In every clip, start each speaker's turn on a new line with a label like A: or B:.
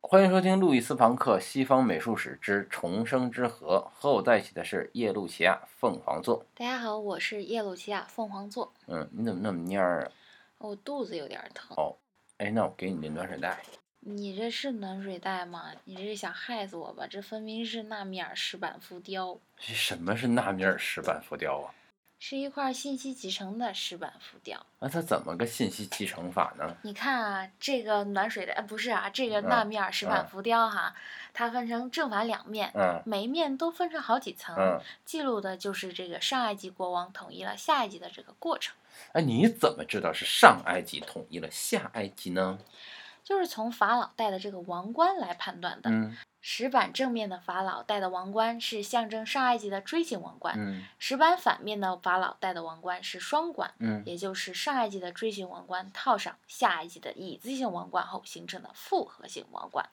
A: 欢迎收听《路易斯·庞克：西方美术史之重生之河》，和我在一起的是耶路齐亚凤凰座。
B: 大家好，我是耶鲁西亚啊凤凰座，哦
A: 嗯，你怎么那么蔫儿啊？
B: 我肚子有点疼。
A: 哎，那我给你这暖水袋。
B: 你这是暖水袋吗？你这是想害死我吧？这分明是纳米尔石板浮雕，
A: 什么是纳米尔石板浮雕啊？
B: 是一块信息集成的石板浮雕。
A: 那它怎么个信息集成法呢？
B: 你看啊，这个暖水袋、呃、不是啊，这个
A: 嗯
B: 纳米尔石板
A: 嗯
B: 浮雕哈，它分成正反两面，
A: 嗯
B: 每一面都分成好几层，
A: 嗯，
B: 记录的就是这个上埃及国王统一了下埃及的这个过程。
A: 哎，你怎么知道是上埃及统一了下埃及呢？
B: 就是从法老戴的这个王冠来判断的。
A: 嗯
B: 石板正面的法老戴的王冠是象征上埃及的锥形王冠，
A: 嗯
B: 石板反面的法老戴的王冠是双冠，
A: 嗯，
B: 也就是上埃及的锥形王冠套上下埃及的椅子形王冠后形成的复合型王冠。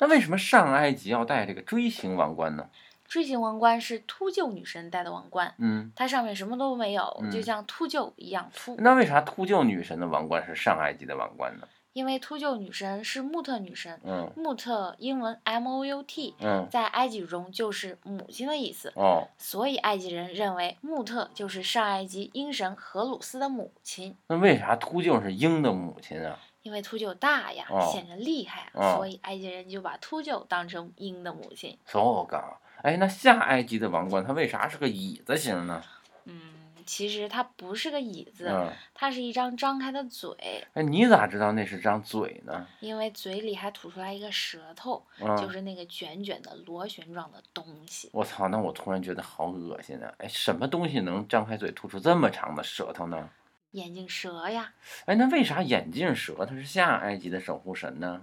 A: 那为什么上埃及要戴这个锥形王冠呢？
B: 锥形王冠是秃鹫女神戴的王冠，
A: 嗯，
B: 它上面什么都没有，
A: 嗯
B: 就像秃鹫一样秃。
A: 那为啥秃鹫女神的王冠是上埃及的王冠呢？
B: 因为秃鹫女神是穆特女神，
A: 嗯
B: 穆特英文 M O U T，
A: 嗯
B: 在埃及语中就是母亲的意思。
A: 哦，
B: 所以埃及人认为穆特就是上埃及鹰神荷鲁斯的母亲，
A: 那为啥秃鹫是鹰的母亲啊？
B: 因为秃鹫大呀，
A: 哦
B: 显得厉害啊，
A: 哦
B: 所以埃及人就把秃鹫当成鹰的母亲。
A: so 嘎，哎，那下埃及的王冠它为啥是个椅子形呢？
B: 嗯，其实它不是个椅子，
A: 嗯，
B: 它是一张张开的嘴，
A: 哎，你咋知道那是张嘴呢？
B: 因为嘴里还吐出来一个舌头，
A: 嗯，
B: 就是那个卷卷的螺旋状的东西。
A: 我操，那我突然觉得好恶心啊！哎，什么东西能张开嘴吐出这么长的舌头呢？
B: 眼镜蛇呀，
A: 哎，那为啥眼镜蛇它是下埃及的守护神呢？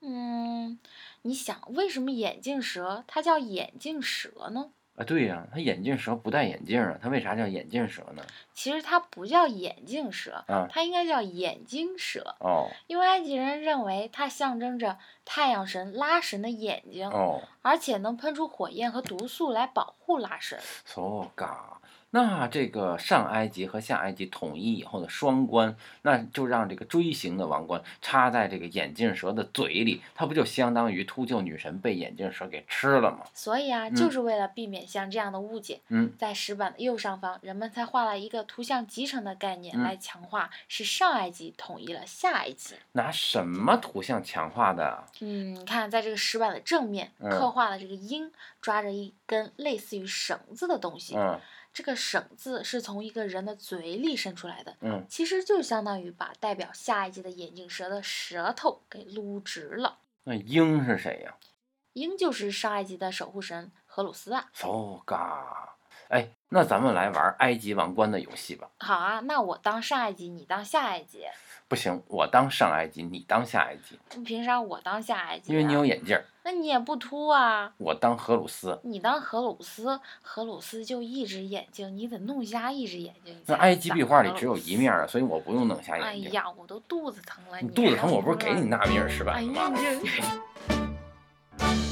B: 嗯，你想为什么眼镜蛇它叫眼镜蛇呢？
A: 啊，对呀、它眼镜蛇不戴眼镜啊，它为啥叫眼镜蛇呢？
B: 其实它不叫眼镜蛇，
A: 啊，
B: 它应该叫眼睛蛇，
A: 哦
B: 因为埃及人认为它象征着太阳神拉神的眼睛，
A: 哦
B: 而且能喷出火焰和毒素来保护拉神。
A: ，so 哦嘎。那这个上埃及和下埃及统一以后的双冠，那就让这个锥形的王冠插在这个眼镜蛇的嘴里，它不就相当于秃鹫女神被眼镜蛇给吃了吗？
B: 所以啊，
A: 嗯
B: 就是为了避免像这样的误解，
A: 嗯，
B: 在石板的右上方，人们才画了一个图像集成的概念
A: 嗯
B: 来强化是上埃及统一了下埃及。
A: 拿什么图像强化的？啊
B: 嗯，你看，在这个石板的正面
A: 嗯
B: 刻画了这个鹰抓着一根类似于绳子的东西，
A: 嗯
B: 这个绳子是从一个人的嘴里伸出来的，
A: 嗯，
B: 其实就相当于把代表下一季的眼镜蛇的舌头给撸直了。
A: 那鹰是谁呀、
B: 鹰就是上一季的守护神荷鲁斯啊。
A: so 哦嘎。哎，那咱们来玩埃及王冠的游戏吧。
B: 好啊，那我当上一季，你当下一季，
A: 不行，我当上埃及，你当下埃及，
B: 那凭啥我当下一季、啊？
A: 因为你有，眼镜儿，
B: 那你也不秃啊。
A: 我当荷鲁斯。
B: 你当荷鲁斯，荷鲁斯就一只眼睛，你得弄瞎一只眼睛。
A: 那埃及壁画里只有一面
B: 儿。
A: 儿，啊所以我不用弄瞎
B: 哎
A: 眼睛。
B: 呀，我都肚子疼了，
A: 你肚子
B: 还
A: 疼，我
B: 要
A: 不是给
B: 弄
A: 哎你纳米尔石
B: 哎
A: 板了
B: 呀，
A: 吗？
B: 你这。